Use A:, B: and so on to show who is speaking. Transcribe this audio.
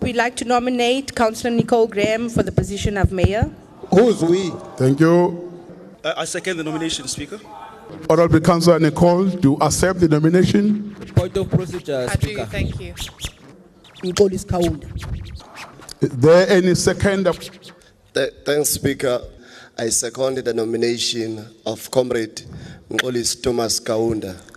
A: we'd like to nominate Councillor Nicole Graham for the position of mayor.
B: Who's we?
C: Thank you.
D: I I second the nomination, Speaker.
C: Honorable Councillor Nicole, do you accept the nomination?
E: Point of procedure,
F: I do,
E: Speaker.
F: thank you.
G: Nkolis Kaunda.
C: Is there any second?
B: Th- Thanks, Speaker. I second the nomination of Comrade Ngolis Thomas Kaunda.